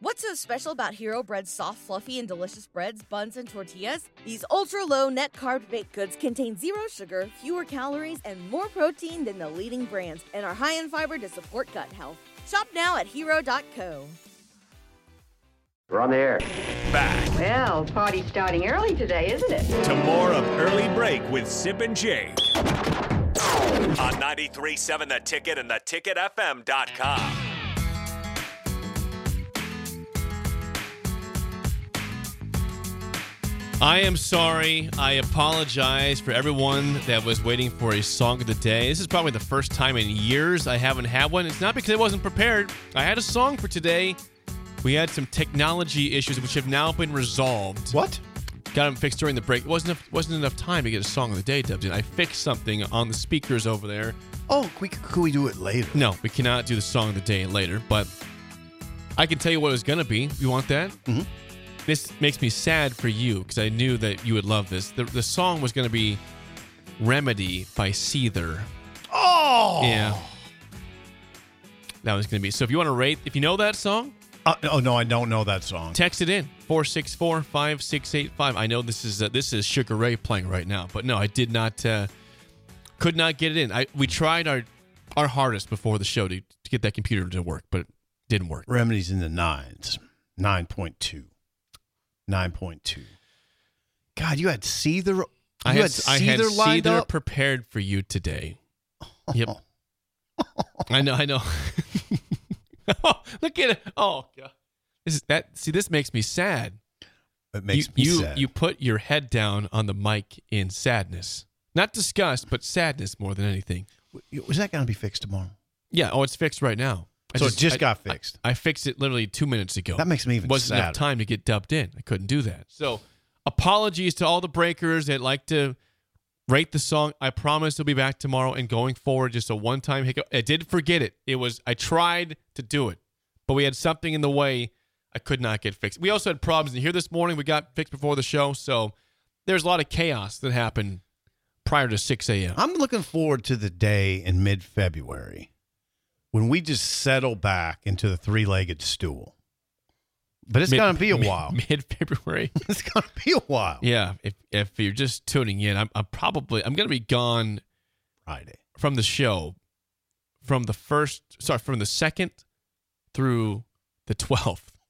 What's so special about Hero Bread's soft, fluffy, and delicious breads, buns, and tortillas? These ultra low net carb baked goods contain zero sugar, fewer calories, and more protein than the leading brands, and are high in fiber to support gut health. Shop now at hero.co. We're on the air. Back Well, party's starting early today, isn't it? to more of Early Break with Sip and Jake. On 93.7 The Ticket and theticketfm.com. I am sorry. I apologize for everyone that was waiting for a song of the day. This is probably the first time in years I haven't had one. It's not because I wasn't prepared. I had a song for today. We had some technology issues which have now been resolved. What? Got them fixed during the break. It wasn't enough, wasn't enough time to get a song of the day, Dubs. I fixed something on the speakers over there. Oh, we, could could we do it later? No, we cannot do the song of the day later, but I can tell you what it was going to be. You want that? Mm-hmm. This makes me sad for you because I knew that you would love this. The, the song was going to be Remedy by Seether. Oh! Yeah. That was going to be. So if you want to rate, if you know that song, Uh, oh, no, I don't know that song. text it in 464 5685. I know this is uh, this is Sugar Ray playing right now, but no, I did not, uh, could not get it in. I We tried our our hardest before the show to, to get that computer to work, but it didn't work. Remedies in the nines. 9.2. 9.2. God, you had Seether. I you had, had I had Seether lined Seether up? prepared for you today. Yep. I know. I know. oh, look at it. Oh god. This is that. See, this makes me sad. It makes you, me you, sad. You put your head down on the mic in sadness, not disgust, but sadness more than anything. You, was that going to be fixed tomorrow? Yeah. Oh, it's fixed right now. So it just I- got I- fixed. I, fixed it literally two minutes ago. That makes me even wasn't enough sadder. time to get dubbed in. I couldn't do that. So apologies to all the breakers that like to rate the song. I promise we'll be back tomorrow and going forward. Just a one time hiccup. I did forget it. It was I tried to do it, but we had something in the way. I could not get fixed. We also had problems in here this morning. We got fixed before the show, so there's a lot of chaos that happened prior to 6 a.m. I'm looking forward to the day in mid February when we just settle back into the three legged stool. But it's Mid- going to be a mid- while. Mid February. It's going to be a while. Yeah, if if you're just tuning in, I'm, I'm probably I'm gonna be gone Friday. from the show from the first sorry from the second through the twelfth.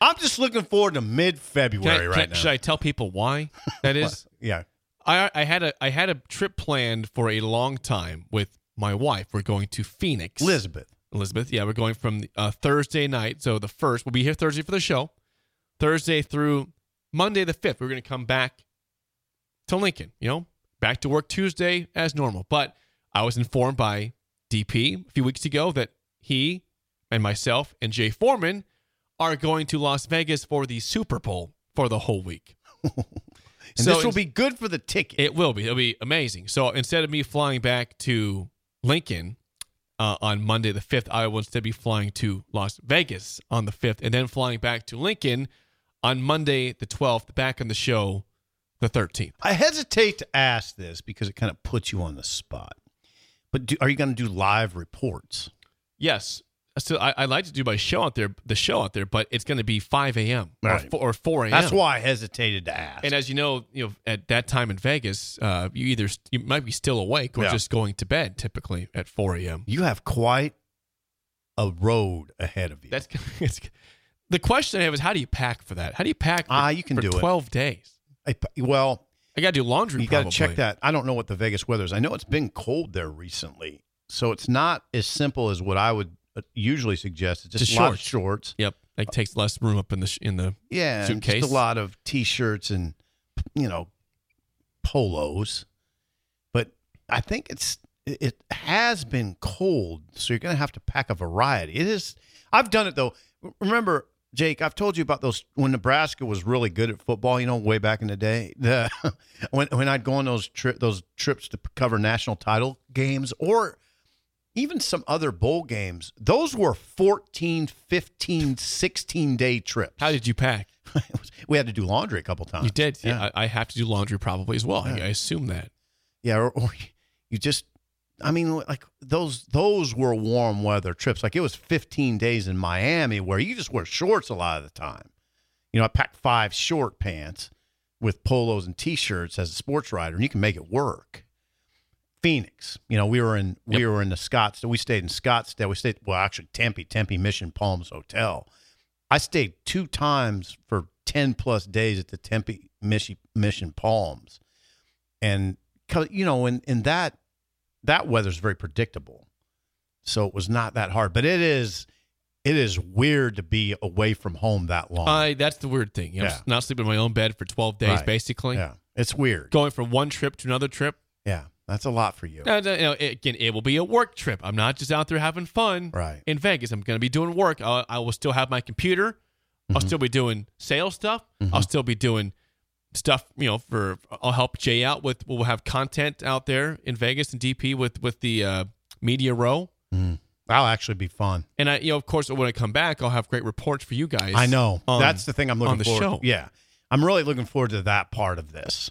I'm just looking forward to mid February right now. Should I tell people why that is? yeah. I I had a I had a trip planned for a long time with my wife. We're going to Phoenix, Elizabeth. Elizabeth. Yeah, we're going from uh, Thursday night. So the first, we'll be here Thursday for the show. Thursday through Monday the fifth, we're going to come back to Lincoln. You know, back to work Tuesday as normal. But I was informed by DP a few weeks ago that he and myself and Jay Foreman are going to Las Vegas for the Super Bowl for the whole week. And So this will ins- be good for the ticket. It will be. It'll be amazing. So instead of me flying back to Lincoln uh, on Monday the 5th, I will instead be flying to Las Vegas on the 5th and then flying back to Lincoln on Monday the 12th, back on the show the 13th. I hesitate to ask this because it kind of puts you on the spot. But do, are you going to do live reports? Yes. So I, I like to do my show out there, the show out there, but it's going to be 5 a.m. Right. Or, 4 a.m. That's why I hesitated to ask. And as you know, you know at that time in Vegas, uh, you either you might be still awake or Yeah. just going to bed typically at 4 a.m. you have quite a road ahead of you. That's it's, the question I have is how do you pack for that? How do you pack? For, Ah, you can for do it. twelve days. I, well, I got to do laundry. you got to check probably. that. I don't know what the Vegas weather is. I know it's been cold there recently, so it's not as simple as what I would uh, usually suggest. It's just, Just a lot of shorts. shorts. Yep, that takes less room up in the sh- in the. Yeah, and Suitcase. just a lot of t-shirts and you know polos. But I think it's it has been cold, so you're going to have to pack a variety. It is I've done it though. Remember Jake, I've told you about those when Nebraska was really good at football, you know, way back in the day. The when when I'd go on those trip those trips to cover national title games or even some other bowl games, those were 14, 15, 16 day trips How did you pack? it was- we had to do laundry a couple times. You did. Yeah, Uh, yeah, I, I have to do laundry probably as well. I, Yeah. I assume that. Yeah, or, or you just I mean, like those those were warm weather trips. Like it was 15 days in Miami where you just wear shorts a lot of the time. You know, I packed five short pants with polos and t-shirts as a sports writer, and you can make it work. Phoenix, you know, we were in we were in the Scottsdale. We stayed in Scottsdale. We stayed well, actually Tempe, Tempe Mission Palms Hotel. I stayed two times for 10 plus days at the Tempe Mission, Mission Palms. And 'cause, you know, in in that that weather's very predictable. So it was not that hard, but it is it is weird to be away from home that long. I that's the weird thing. You know, Yeah. Not sleeping in my own bed for 12 days, Right. basically. yeah. It's weird. Going from one trip to another trip. Yeah. That's a lot for you. And, uh, you know, it- again, it will be a work trip. I'm not just out there having fun. Right. In Vegas, I'm going to be doing work. I'll, I will still have my computer. I'll Mm-hmm. still be doing sales stuff. I'll still be doing stuff. You know, for I'll help Jay out with. We'll have content out there in Vegas and DP with with the uh, media row. That'll actually be fun. And I, you know, of course, when I come back, I'll have great reports for you guys. I know. on- That's the thing I'm looking on the forward show. to. Yeah. I'm really looking forward to that part of this.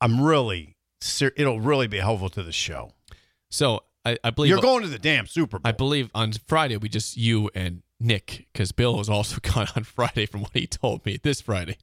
I'm really ser- it'll really be helpful to the show. So I, I believe You're going to the damn Super Bowl. I believe on Friday we just you and Nick because Bill is also gone on Friday from what he told me this Friday.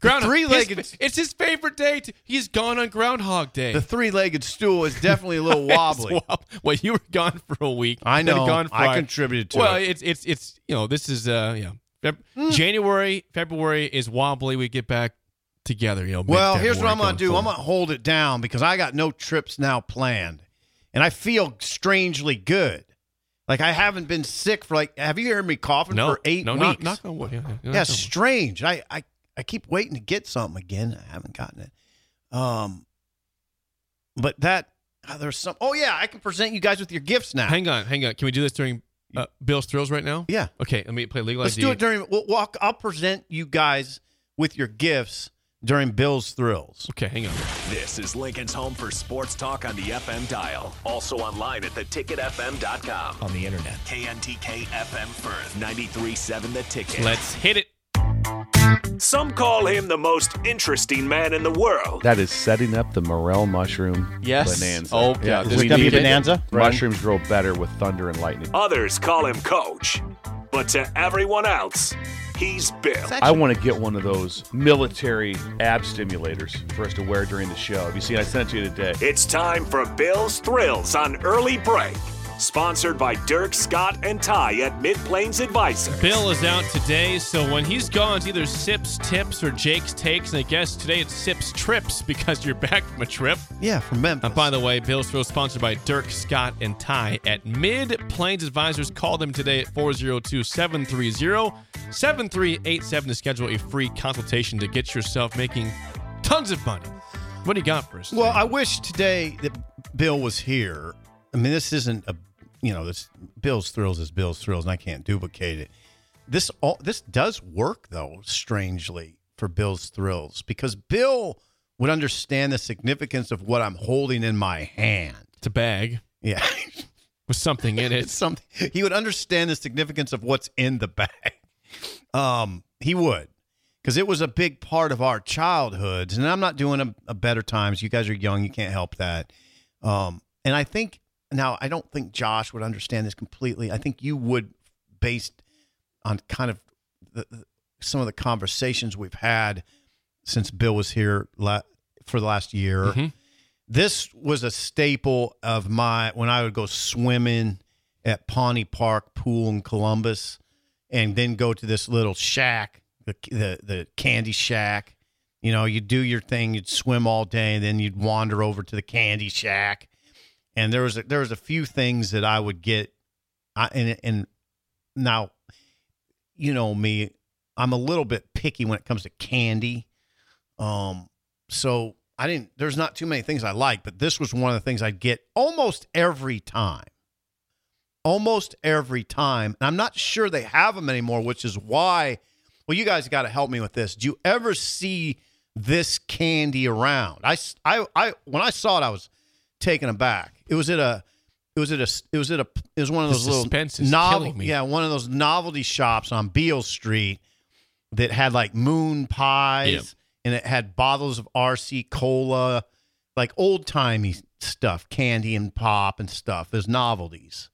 Groundhog- three-legged- his- It's his favorite day. To, he's gone on Groundhog Day. the three-legged stool is definitely a little It's wobbly. wob- well, you were gone for a week. I then know. Gone I Friday. contributed to well, it. Hmm. it's it's it's you know this is uh yeah Feb- January February is wobbly. We get back together. You know. Well, here's what mid-February I'm going to do. going I'm going forward. to hold it down because I got no trips now planned. And I feel strangely good. Like I haven't been sick for like have you heard me coughing no for 8 no, weeks? Knock, knock on wood. Yeah, yeah, knock yeah, on wood. strange. I, I I keep waiting to get something again. I haven't gotten it. Um, but that ah, there's some. Oh yeah, I can present you guys with your gifts now. Hang on, hang on. Can we do this during uh, Bill's thrills right now? Yeah. Okay, let me play legal Let's ID. do it during. We'll walk. I'll present you guys with your gifts during Bill's Thrills. okay, hang on. This is Lincoln's home for sports talk on the FM dial. Also online at theticketfm.com. On the internet. KNTK FM Firth 937 The Ticket. Let's hit it. Some call him the most interesting man in the world. That is setting up the morel mushroom bonanza. Oh, yeah. We This need is it. bonanza? Mushrooms grow better with thunder and lightning. Others call him coach. But to everyone else, he's Bill. I want to get one of those military ab stimulators for us to wear during the show. Have you seen? I sent it to you today. It's time for Bill's Thrills on Early Break. Sponsored by Dirk, Scott, and Ty at Mid Plains Advisors. Bill is out today, so when he's gone, it's either Sips Tips or Jake's Takes, and I guess today it's Sips Trips because you're back from a trip. Yeah, from Memphis. And by the way, Bill's Thrill is sponsored by Dirk, Scott, and Ty at Mid Plains Advisors. Call them today at 402 730 7387 to schedule a free consultation to get yourself making tons of money. What do you got for us? Well, today? I wish today that Bill was here. I mean, this isn't a you know this Bill's thrills is Bill's thrills, and I can't duplicate it. This all this does work though, strangely for Bill's thrills because Bill would understand the significance of what I'm holding in my hand. it's a bag Yeah, with something in it's it. something he would understand the significance of what's in the bag. Um, he would. Because it was a big part of our childhoods, and I'm not doing a, a better times. You guys are young; you can't help that. Um, and I think now I don't think Josh would understand this completely. I think you would, based on kind of the, the- some of the conversations we've had since Bill was here la- for the last year. Mhm. This was a staple of my when I would go swimming at Pawnee Park Pool in Columbus, and then go to this little shack, the the, the candy shack. You know, you do your thing, you'd swim all day, and then you'd wander over to the candy shack. And there was a, there was a few things that I would get, I, and and now, you know me, I'm a little bit picky when it comes to candy. Um, so I didn't. There's not too many things I like, but this was one of the things I'd get almost every time. Almost every time, and I'm not sure they have them anymore, which is why. Well, you guys got to help me with this. Do you ever see this candy around? I, s- I, I- when I saw it, I was taken aback. It was at a, it was at a, it was at a, it was one of The those little suspense is novel- killing me. yeah, one of those novelty shops on Beale Street that had like moon pies Yeah. and it had bottles of RC cola, like old timey stuff, candy and pop and stuff as novelties.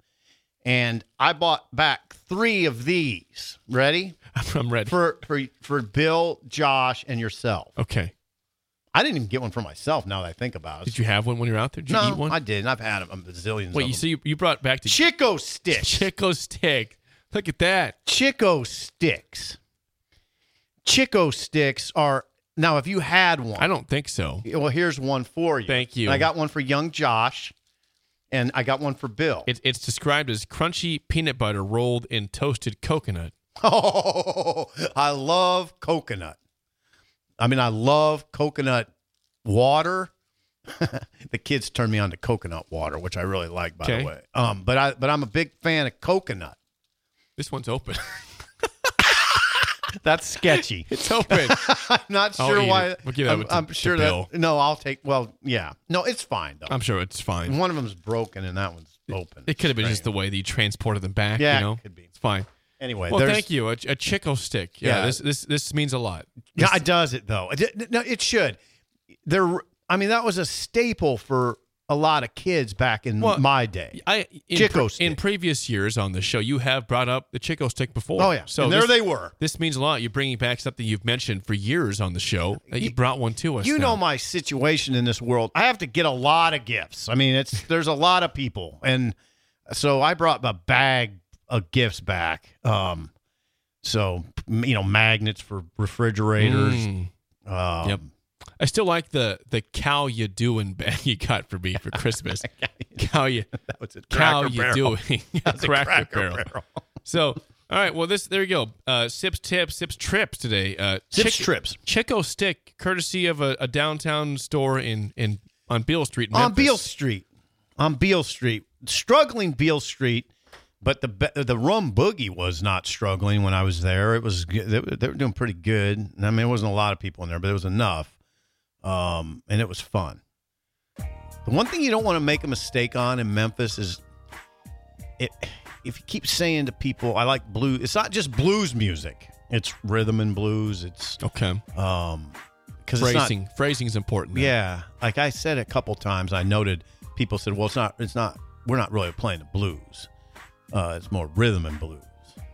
And I bought back three of these. Ready I'm ready. for for for Bill, Josh, and yourself. okay. I didn't even get one for myself. Now that I think about it, Did you have one when you were out there? Did you no, eat one? I didn't. I've had 'em a bazillion. Wait, you of them. see, you- you brought back the Chico sticks. Chico stick. Look at that. Chico sticks. Chico sticks are now. If you had one, I don't think so. Well, here's one for you. Thank you. And I got one for young Josh, and I got one for Bill. It, it's described as crunchy peanut butter rolled in toasted coconut. oh, I love coconut. I mean, I love coconut water. the kids turned me on to coconut water, which I really like, by Okay. the way. Um, but I but I'm a big fan of coconut. This one's open. That's sketchy. it's open. I'm not I'll sure eat why. it. We'll give that I'm, one to- I'm to sure Bill. that no, I'll take. Well, yeah, no, it's fine though. I'm sure it's fine. one of them's broken and that one's open. It could have been Strange. just the way that you transported them back. Yeah, you know? it could be. It's fine. anyway. Well, there's- thank you. A, a Chico stick. Yeah, Yeah. This this this means a lot. Yeah, it does it though. It, it- no, it should. There, I mean, that was a staple for a lot of kids back in Well, my day. I in, Chico pre- in stick. previous years on the show, you have brought up the Chico stick before. Oh yeah, So and there this, they were. This means a lot. You're bringing back something you've mentioned for years on the show. That you, You- brought one to us. You know now. my situation in this world. I have to get a lot of gifts. I mean, it's there's a lot of people, and so I brought a bag of gifts back. Um, so m- you know, magnets for refrigerators. Mm. Um, Yep. I still like the the cow you doing bag you got for me for Christmas. cow you that was a cow Cracker you Barrel. doing That was a Cracker Barrel. So all right, well this there you go. Uh, sips tips, sips trips today. Uh, Sips Chick- trips. Chico stick, courtesy of a, a downtown store in in on Beale Street. in on Memphis. Beale Street. On Beale Street, struggling Beale Street, but the be- the rum boogie was not struggling when I was there. It was g- they, were- they were doing pretty good. And I mean, there wasn't a lot of people in there, but there was enough, um, and it was fun. The one thing you don't want to make a mistake on in Memphis is it. If you keep saying to people, "I like blues," it's not just blues music. It's rhythm and blues. It's Okay. um, because it's not Phrasing. Phrasing's important. there. yeah, like I said a couple times, I noted people said, "Well, it's not, it's not, we're not really playing the blues. Uh, it's more rhythm and blues."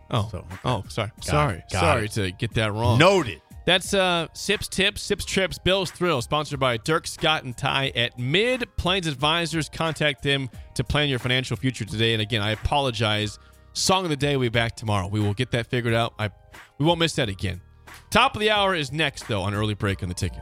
Oh. So, okay. Oh, sorry. Got sorry. it, got sorry it. to get that wrong. Noted. That's uh, Sips Tips, Sips Trips, Bill's Thrill, sponsored by Dirk, Scott, and Ty at Mid Plains Advisors. Contact them to plan your financial future today. And again, I apologize. Song of the day, we'll be back tomorrow. We will get that figured out. I We won't miss that again. Top of the hour is next, though, on early break on the ticket.